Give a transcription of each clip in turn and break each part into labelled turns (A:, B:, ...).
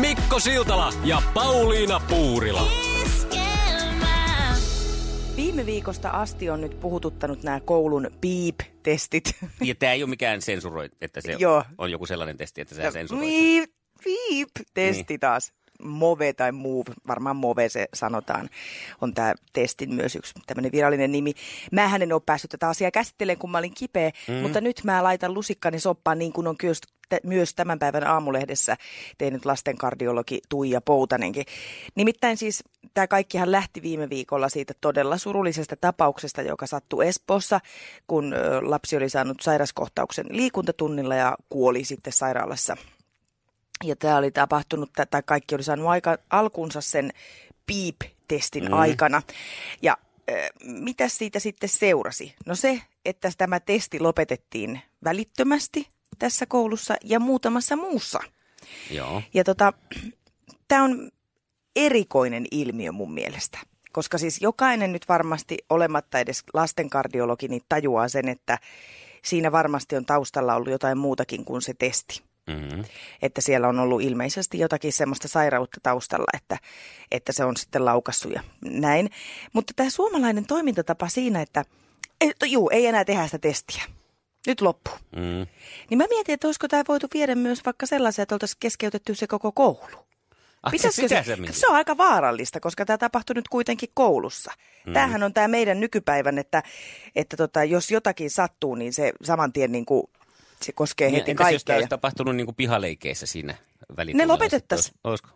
A: Mikko Siltala ja Pauliina Puurila.
B: Viime viikosta asti on nyt puhututtanut nämä koulun piip-testit.
C: Ja tämä ei ole mikään sensuroi, että se
B: Joo. No, niin.
C: on joku sellainen testi, että sä sensuroit. sen.
B: Piip, piip-testi taas. Move tai move, varmaan move se sanotaan, on tämä testin myös yksi tämmöinen virallinen nimi. Mähän en ole päässyt tätä asiaa käsittelemään, kun mä olin kipeä, mm. mutta nyt mä laitan lusikkani soppaan niin kuin on kyöst, t- myös tämän päivän aamulehdessä tehnyt lastenkardiologi Tuija Poutanenkin. Nimittäin siis tämä kaikkihan lähti viime viikolla siitä todella surullisesta tapauksesta, joka sattui Espoossa, kun ö, lapsi oli saanut sairaskohtauksen liikuntatunnilla ja kuoli sitten sairaalassa ja tämä oli tapahtunut, tä- tai kaikki oli saanut aika, alkunsa sen piip-testin mm. aikana. Ja äh, mitä siitä sitten seurasi? No se, että tämä testi lopetettiin välittömästi tässä koulussa ja muutamassa muussa.
C: Joo.
B: Ja tota, tämä on erikoinen ilmiö mun mielestä. Koska siis jokainen nyt varmasti, olematta edes lastenkardiologi, niin tajuaa sen, että siinä varmasti on taustalla ollut jotain muutakin kuin se testi
C: Mm-hmm.
B: että siellä on ollut ilmeisesti jotakin semmoista sairautta taustalla, että, että se on sitten laukassu ja näin. Mutta tämä suomalainen toimintatapa siinä, että ei, to- juu, ei enää tehdä sitä testiä. Nyt loppu.
C: Mm.
B: Niin mä mietin, että olisiko tämä voitu viedä myös vaikka sellaisia, että oltaisiin keskeytetty se koko koulu.
C: Ah,
B: Pitäisikö
C: sitä
B: se,
C: mietit?
B: se on aika vaarallista, koska tämä tapahtui nyt kuitenkin koulussa. Mm. Tämähän on tämä meidän nykypäivän, että, että tota, jos jotakin sattuu, niin se saman tien niin kuin, se koskee
C: Niin,
B: heti
C: Entäs jos
B: kaikkea.
C: tämä olisi tapahtunut niin kuin pihaleikeissä siinä välillä?
B: lopetettaisiin.
C: Olisiko?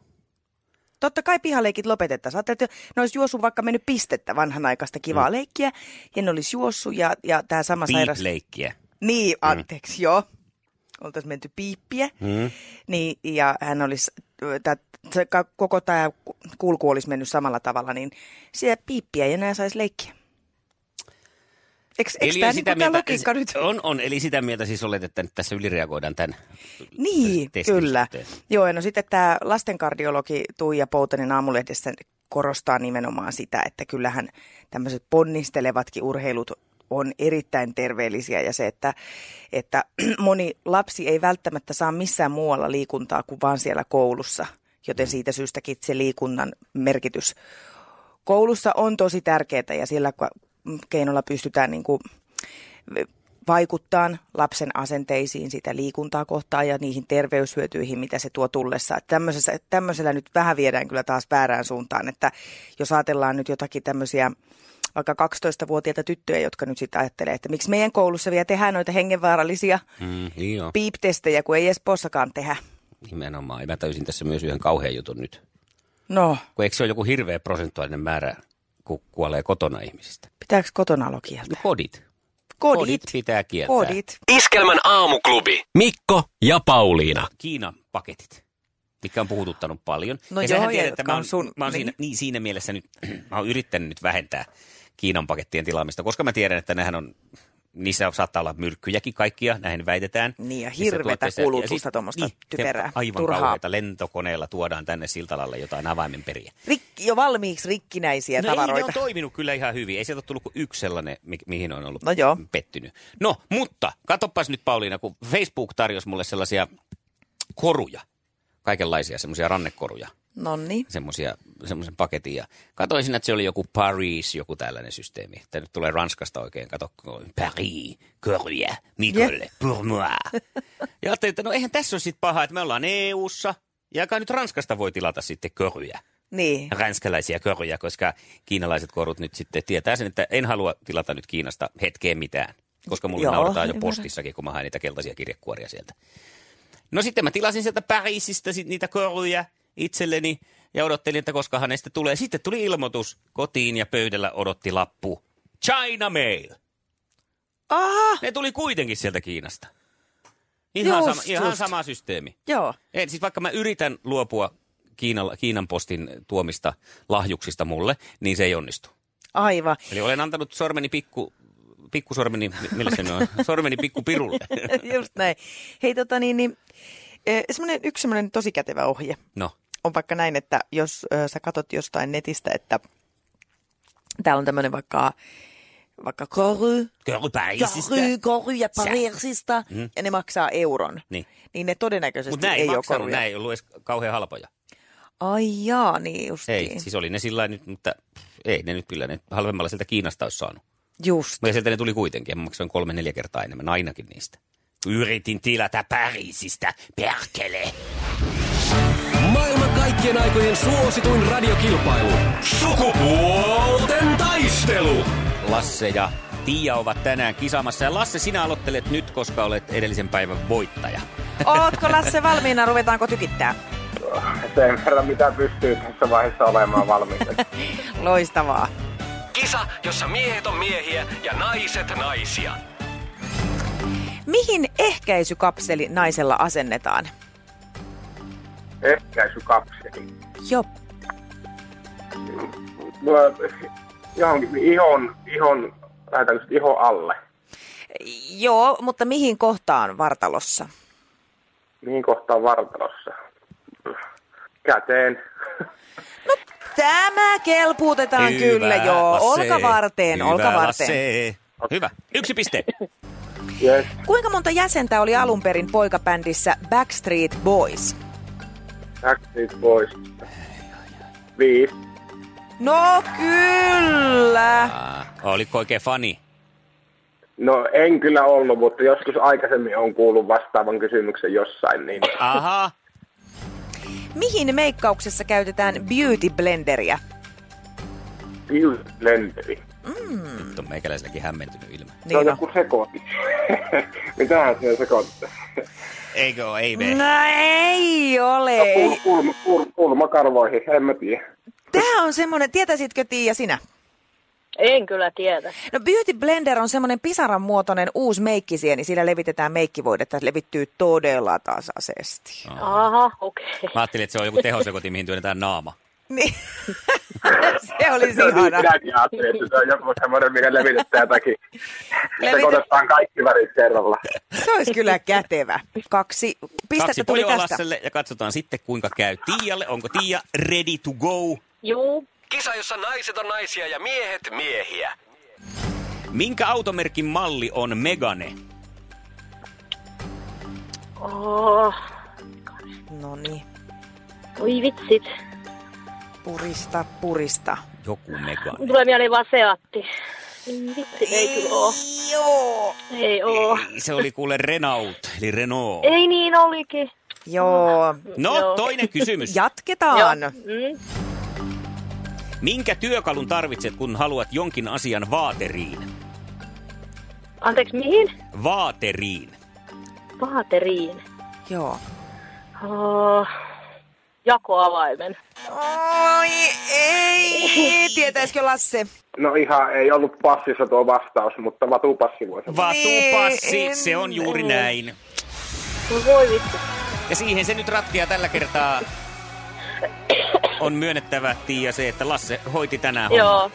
B: Totta kai pihaleikit lopetettaisiin. Ajattelin, että ne olisi juossut vaikka mennyt pistettä vanhanaikaista kivaa mm. leikkiä, ja ne olisi juossut, ja, ja tämä sama sairas...
C: Piip-leikkiä.
B: Niin, anteeksi, mm. joo. Oltaisiin menty piippiä. Mm. Niin, ja hän olisi, tää, se ka- koko tämä kulku olisi mennyt samalla tavalla, niin siellä piippiä ei enää saisi leikkiä. Eikö, eikö tämä niinku tää logiikka nyt?
C: On, on. Eli sitä mieltä siis olet, että nyt tässä ylireagoidaan tämän
B: Niin,
C: testin
B: kyllä.
C: suhteen.
B: Joo, ja no sitten tämä lastenkardiologi Tuija Poutanen aamulehdessä korostaa nimenomaan sitä, että kyllähän tämmöiset ponnistelevatkin urheilut on erittäin terveellisiä ja se, että, että moni lapsi ei välttämättä saa missään muualla liikuntaa kuin vaan siellä koulussa, joten siitä syystäkin se liikunnan merkitys koulussa on tosi tärkeää ja sillä ka- keinolla pystytään niin kuin vaikuttaa lapsen asenteisiin sitä liikuntaa kohtaan ja niihin terveyshyötyihin, mitä se tuo tullessa. Että Tämmöisessä, tämmöisellä nyt vähän viedään kyllä taas väärään suuntaan, että jos ajatellaan nyt jotakin tämmöisiä vaikka 12-vuotiaita tyttöjä, jotka nyt sitten ajattelee, että miksi meidän koulussa vielä tehdään noita hengenvaarallisia
C: Mm, niin joo,
B: piiptestejä, kun ei Espoossakaan tehdä.
C: nimenomaan. Ja mä täysin tässä myös yhden kauhean jutun nyt.
B: No,
C: Kun eikö se ole joku hirveä prosentuaalinen määrä, kun kuolee kotona ihmisistä?
B: pitääkö kotona olla kieltä?
C: No kodit.
B: Kodit,
C: Kodit pitää kieltää.
B: kodit.
A: Iskelmän aamuklubi. Mikko ja Pauliina.
C: Kiinan paketit, mitkä on puhututtanut paljon.
B: No
C: ja
B: joo,
C: sähän
B: ja
C: tiedät,
B: jotka
C: että mä
B: on
C: oon,
B: sun-
C: mä oon
B: niin.
C: siinä, niin, siinä mielessä nyt, mä oon yrittänyt nyt vähentää Kiinan pakettien tilaamista, koska mä tiedän, että nehän on, niissä saattaa olla myrkkyjäkin kaikkia, näin väitetään.
B: Niin, ja
C: Niissä
B: hirvetä
C: tuotteissa- ja
B: kulutusta,
C: siis-
B: tuommoista
C: niin, se-
B: typerää,
C: Aivan
B: turhaa.
C: kauheita lentokoneella tuodaan tänne Siltalalle jotain avaimen periä.
B: Rikki, jo valmiiksi rikkinäisiä
C: No ei, ne
B: tavaroita.
C: on toiminut kyllä ihan hyvin. Ei sieltä ole tullut kuin yksi sellainen, mi- mihin on ollut
B: No joo.
C: pettynyt. No, mutta katoppas nyt Pauliina, kun Facebook tarjosi mulle sellaisia koruja. Kaikenlaisia semmoisia rannekoruja.
B: Nonni.
C: Semmoisia, semmoisen paketin. Ja katsoin siinä, että se oli joku Paris, joku tällainen systeemi. Tämä nyt tulee Ranskasta oikein. Kato, Paris, koruja, Mikolle, pour moi. Ja ajattelin, että no eihän tässä ole sit pahaa, että me ollaan EU-ssa. Ja kai nyt Ranskasta voi tilata sitten koruja
B: Niin.
C: ranskalaisia koruja, koska kiinalaiset korut nyt sitten tietää sen, että en halua tilata nyt Kiinasta hetkeen mitään, koska mulle
B: Joo,
C: naurataan jo
B: ymmärrän.
C: postissakin, kun mä haen niitä keltaisia kirjekuoria sieltä. No sitten mä tilasin sieltä Pariisista sit niitä koruja itselleni ja odottelin, että koska hänestä tulee. Sitten tuli ilmoitus kotiin ja pöydällä odotti lappu. China Mail.
B: Aha,
C: Ne tuli kuitenkin sieltä Kiinasta. Ihan,
B: Just,
C: sama, ihan
B: just.
C: sama systeemi.
B: joo.
C: Ei, siis vaikka mä yritän luopua Kiinan, Kiinan postin tuomista lahjuksista mulle, niin se ei onnistu.
B: Aivan.
C: Eli olen antanut sormeni pikku, pikkusormeni, mi- millä se nyt on, sormeni pikkupirulle.
B: Just näin. Hei tota niin, niin eh, semmonen, yksi semmoinen tosi kätevä ohje
C: No,
B: on vaikka näin, että jos ö, sä katot jostain netistä, että täällä on tämmöinen vaikka, vaikka kory,
C: Köry Pariisista.
B: kory, kory ja Pariisista, ja ne maksaa euron.
C: Niin.
B: niin ne todennäköisesti
C: Mutta nämä ei,
B: ei
C: ei
B: ole
C: maksanut,
B: koruja.
C: nämä ei ollut edes kauhean halpoja.
B: Ai jaa, niin justiin.
C: Ei, siis oli ne sillä lailla nyt, mutta pff, ei ne nyt kyllä, ne halvemmalla sieltä Kiinasta olisi saanut.
B: Just.
C: Mutta sieltä ne tuli kuitenkin, mä maksoin kolme neljä kertaa enemmän ainakin niistä. Yritin tilata Pariisista, perkele!
A: Maailman kaikkien aikojen suosituin radiokilpailu. Sukupuolten taistelu.
C: Lasse ja Tiia ovat tänään kisaamassa. Ja Lasse, sinä aloittelet nyt, koska olet edellisen päivän voittaja.
B: Ootko Lasse valmiina, ruvetaanko tykittää?
D: sen verran, mitä pystyy tässä vaiheessa olemaan valmiita.
B: Loistavaa.
A: Kisa, jossa miehet on miehiä ja naiset naisia.
B: Mihin ehkäisykapseli naisella asennetaan?
D: Ehkäisykapseli.
B: Joo,
D: No, johonkin ihon, ihon, lähetäänkö sitä ihon alle?
B: joo, mutta mihin kohtaan vartalossa?
D: Mihin kohtaan vartalossa? Käteen.
B: Tämä kelpuutetaan kyllä, joo. Olkavarteen,
C: Hyvä,
B: olkavarteen.
C: Lasse. Hyvä. Yksi piste.
D: Yes.
B: Kuinka monta jäsentä oli alun perin poikabändissä Backstreet Boys?
D: Backstreet Boys. Viisi.
B: No kyllä.
C: Ah, oliko oikein fani?
D: No en kyllä ollut, mutta joskus aikaisemmin on kuullut vastaavan kysymyksen jossain, niin
C: Aha.
B: Mihin meikkauksessa käytetään beauty blenderia?
D: beauty blenderi.
C: Nyt on meikäläiselläkin hämmentynyt ilme.
D: Se on
B: Niina.
D: joku sekoitus. Mitähän siinä sekoittaa?
C: Eikö ole, ei mene.
B: No ei ole.
D: Kul, kulma, kul, kulmakarvoihin, en mä tiedä.
B: Tämä on semmoinen, tietäisitkö Tiia sinä?
E: En kyllä tiedä.
B: No Beauty Blender on semmoinen pisaran muotoinen uusi meikkisieni. Sillä levitetään meikkivoidetta. Se levittyy todella tasaisesti.
E: Aha, okei.
C: Mä ajattelin, että se on joku tehosekoti, mihin työnnetään naama.
B: Niin. se olisi
D: No niin,
B: ihana.
D: minäkin ajattelin, että se on joku semmoinen, mikä levitetään jotakin.
B: Levitä-
D: Sekoitetaan kaikki värit kerralla.
B: Se olisi kyllä kätevä. Kaksi
C: Kaksi
B: pistettä tuli
C: pojoa
B: tästä.
C: Lasselle ja katsotaan sitten, kuinka käy Tiialle. Onko Tiia ready to go?
E: Juu,
F: Kisa, jossa naiset on naisia ja miehet miehiä.
C: Minkä automerkin malli on Megane?
E: oh,
B: No niin,
E: voi vitsit.
B: purista, purista.
C: Joku Megane.
E: Mun Tulee mieleen vaan seatti. Ei Vitsi, ei kyllä oo.
B: Joo.
E: Ei oo.
C: Ei, se oli kuule Renault, eli Renault.
E: Ei niin olikin.
B: Joo.
C: No,
E: Joo.
C: toinen kysymys.
B: Jatketaan.
E: Mm.
C: Minkä työkalun tarvitset, kun haluat jonkin asian vaateriin?
E: Anteeksi, mihin?
C: Vaateriin.
E: Vaateriin.
B: Joo.
E: Oh, jakoavaimen.
B: Oi ei. Tietäisikö Lasse?
D: No ihan ei ollut passissa tuo vastaus, mutta vatupassi voi sanoa.
C: Vatupassi,
B: Niin.
C: se on juuri näin.
E: No voi vitsi.
C: Ja siihen se nyt ratkeaa tällä kertaa. On myönnettävä, Tiia, se, että Lasse hoiti tänään homman.
E: Joo.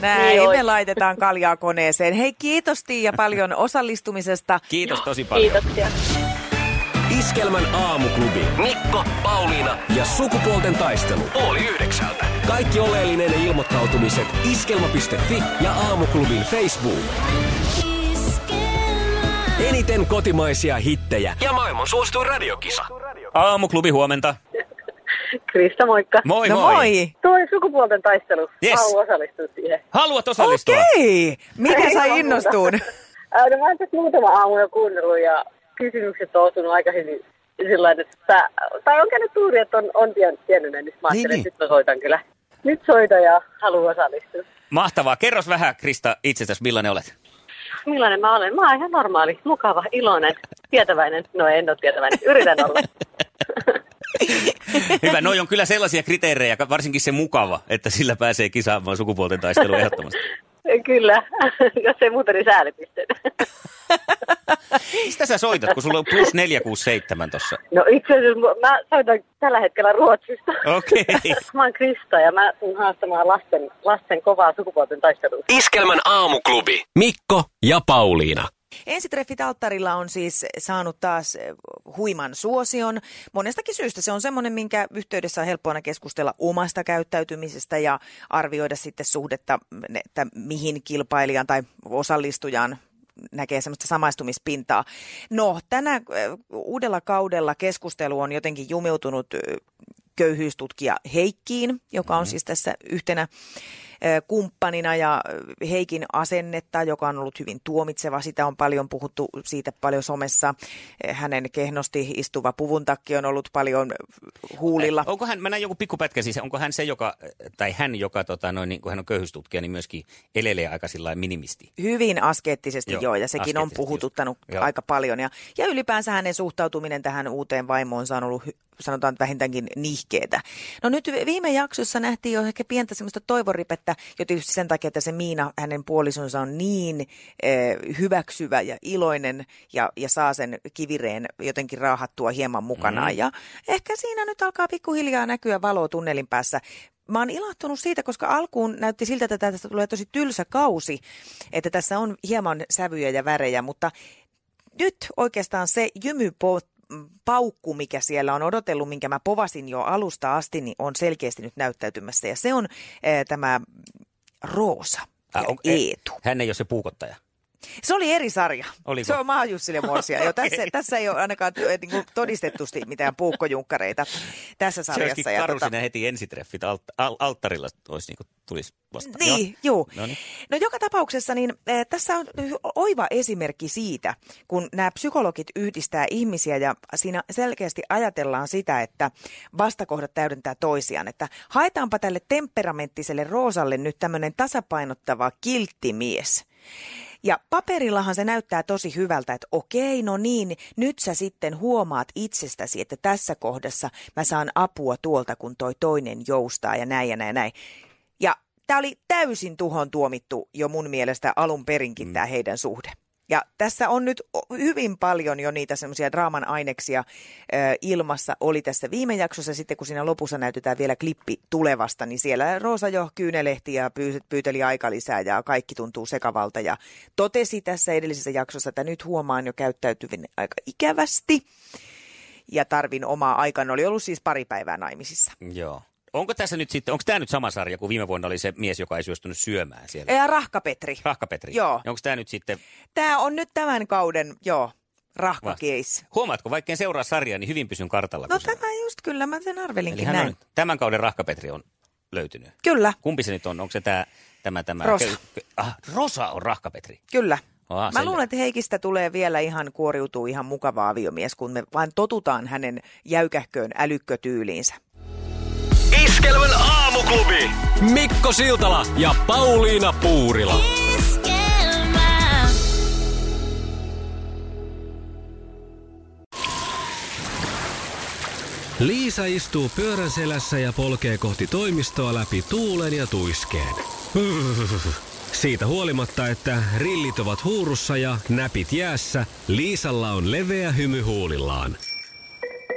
B: Näin, me
E: Niin oli.
B: laitetaan kaljaa koneeseen. Hei, kiitos Tiia paljon osallistumisesta.
C: Kiitos tosi Niin paljon.
E: Kiitoksia.
A: Iskelmän aamuklubi
F: Mikko, Pauliina
A: ja sukupuolten taistelu.
F: oli yhdeksältä.
A: Kaikki oleellinen ilmoittautumiset iskelma.fi ja aamuklubin Facebook. Eniten kotimaisia hittejä
F: Ja maailman suosituin radiokisa.
C: Aamuklubi huomenta.
E: Krista, moikka.
C: Moi
B: no
C: moi.
B: moi.
E: Toi sukupuolten taistelu.
C: Yes.
E: Haluan osallistua siihen.
C: Haluat osallistua?
B: Okei. Mikä
E: Ei
B: sai
E: muuta.
B: innostuun?
E: Ää, No mä oon tässä muutama aamu jo kuunnellut ja kysymykset on osunut aika hyvin sillä lailla, että, tai on käynyt tuuri, että on, on tien- tiennyt ne, niin mä ajattelin,
C: Niin,
E: että nyt mä soitan kyllä. Nyt soitan ja haluan osallistua.
C: Mahtavaa. Kerros vähän, Krista, itsestäsi, millainen olet?
E: Millainen mä olen? Mä oon ihan normaali, mukava, iloinen, tietäväinen. No en ole tietäväinen, yritän olla.
C: Hyvä, noi on kyllä sellaisia kriteerejä, varsinkin se mukava, että sillä pääsee kisaamaan sukupuolten taistelua ehdottomasti.
E: Kyllä, jos ei muuta, niin säälipisteitä.
C: Mistä sä soitat, kun sulla on plus 467 tossa?
E: No itse asiassa mu- mä soitan tällä hetkellä Ruotsista.
C: Okei.
E: mä oon Krista ja mä tuun haastamaan lasten, lasten kovaa sukupuolten taistelua.
F: Iskelmän aamuklubi.
A: Mikko ja Pauliina.
B: Ensitreffit alttarilla on siis saanut taas eh, huiman suosion. Monestakin syystä se on semmoinen, minkä yhteydessä on helppo aina keskustella omasta käyttäytymisestä ja arvioida sitten suhdetta, mm, että mihin kilpailijan tai osallistujan näkee semmoista samaistumispintaa. No, tänä eh, uudella kaudella keskustelu on jotenkin jumiutunut eh, köyhyystutkija Heikkiin, joka
C: Mm-hmm.
B: on siis tässä yhtenä eh, kumppanina ja eh, Heikin asennetta, joka on ollut hyvin tuomitseva. Sitä on paljon puhuttu siitä paljon somessa. Eh, Hänen kehnosti istuva puvuntakki on ollut paljon eh, huulilla.
C: Onko hän, mä näin joku pikkupätkä siis, onko hän se, joka, tai hän, joka, tota, noin, niin, kun hän on köyhyystutkija, niin myöskin elelee aika sillä lailla minimisti.
B: Hyvin askeettisesti joo,
C: Joo,
B: joo ja sekin on
C: askeettisesti just.
B: puhututtanut
C: Joo.
B: aika paljon. Ja, ja ylipäänsä hänen suhtautuminen tähän uuteen vaimoonsa on ollut, hy- sanotaan, että vähintäänkin nihkeetä. No nyt vi- viime jaksossa nähtiin jo ehkä pientä semmoista toivoripettä, jo tietysti sen takia, että se Miina, hänen puolisonsa on niin eh, hyväksyvä ja iloinen ja, ja saa sen kivireen jotenkin raahattua hieman mukana. Mm. Ja ehkä siinä nyt alkaa pikkuhiljaa näkyä valoa tunnelin päässä. Mä oon ilahtunut siitä, koska alkuun näytti siltä, että tästä tulee tosi tylsä kausi, että tässä on hieman sävyjä ja värejä, mutta nyt oikeastaan se jymypaukku, mikä siellä on odotellut, minkä mä povasin jo alusta asti, niin on selkeästi nyt näyttäytymässä. Ja se on eh, tämä Roosa ja
C: Ah, on- ei-
B: Eetu.
C: Hän ei ole se puukottaja.
B: Se oli eri sarja.
C: Oliko?
B: Se on Maajussille morsia. Jo, tässä, tässä ei ole ainakaan eh, niin kuin todistetusti mitään puukkojunkkareita tässä
C: Se
B: sarjassa.
C: olisikin
B: Ja
C: karu
B: tota-
C: sinä heti ensitreffit alt, al, alttarilla olisi, niin kuin, tulisi vastaan.
B: Niin, juu.
C: No niin.
B: No joka tapauksessa niin äh, tässä on oiva esimerkki siitä, kun nämä psykologit yhdistää ihmisiä ja siinä selkeästi ajatellaan sitä, että vastakohdat täydentää toisiaan. Että haetaanpa tälle temperamenttiselle Roosalle nyt tämmöinen tasapainottava kilttimies. Ja paperillahan se näyttää tosi hyvältä, että okei, no niin, nyt sä sitten huomaat itsestäsi, että tässä kohdassa mä saan apua tuolta, kun toi toinen joustaa ja näin ja näin ja näin. Ja tämä oli täysin tuhon tuomittu jo mun mielestä alun perinkin mm. tämä heidän suhde. Ja tässä on nyt o- hyvin paljon jo niitä semmoisia draaman aineksia ö, ilmassa. Oli tässä viime jaksossa sitten, kun siinä lopussa näytetään vielä klippi tulevasta, niin siellä Roosa jo kyynelehti ja pyy- pyyteli aika lisää ja kaikki tuntuu sekavalta. Ja totesi tässä edellisessä jaksossa, että nyt huomaan jo käyttäytyvin aika ikävästi ja tarvin omaa aikaa. Oli ollut siis pari päivää naimisissa.
C: Joo. Onko tässä nyt sitten, onko tämä nyt sama sarja kuin viime vuonna oli se mies, joka ei suostunut syömään siellä?
B: Ja Rahkapetri.
C: Rahkapetri.
B: Joo.
C: Onko tämä nyt sitten,
B: Tämä on nyt tämän kauden, joo, rahkakeis.
C: rahkakeis. huomaatko, vaikka en seuraa sarjaa, niin hyvin pysyn kartalla.
B: No
C: kun sä-
B: tämä just kyllä, mä sen
C: Eli
B: arvelinkin
C: hän
B: näin.
C: on, tämän kauden rahkapetri on löytynyt.
B: Kyllä,
C: Kumpi se nyt on? Onko se tämä... Tämä, tämä.
B: Rosa.
C: ah, Rosa on rahkapetri.
B: kyllä.
C: Aa,
B: mä
C: selvä.
B: luulen, että Heikistä tulee vielä ihan kuoriutuu ihan mukava aviomies, kun me vaan totutaan hänen jäykähköön älykkötyyliinsä.
F: Iskelmän aamuklubi.
A: Mikko Siltala ja Pauliina Puurila.
G: esquema.
A: Liisa istuu pyörän selässä ja polkee kohti toimistoa läpi tuulen ja tuiskeen. Siitä huolimatta, että rillit ovat huurussa ja näpit jäässä, Liisalla on leveä hymy huulillaan.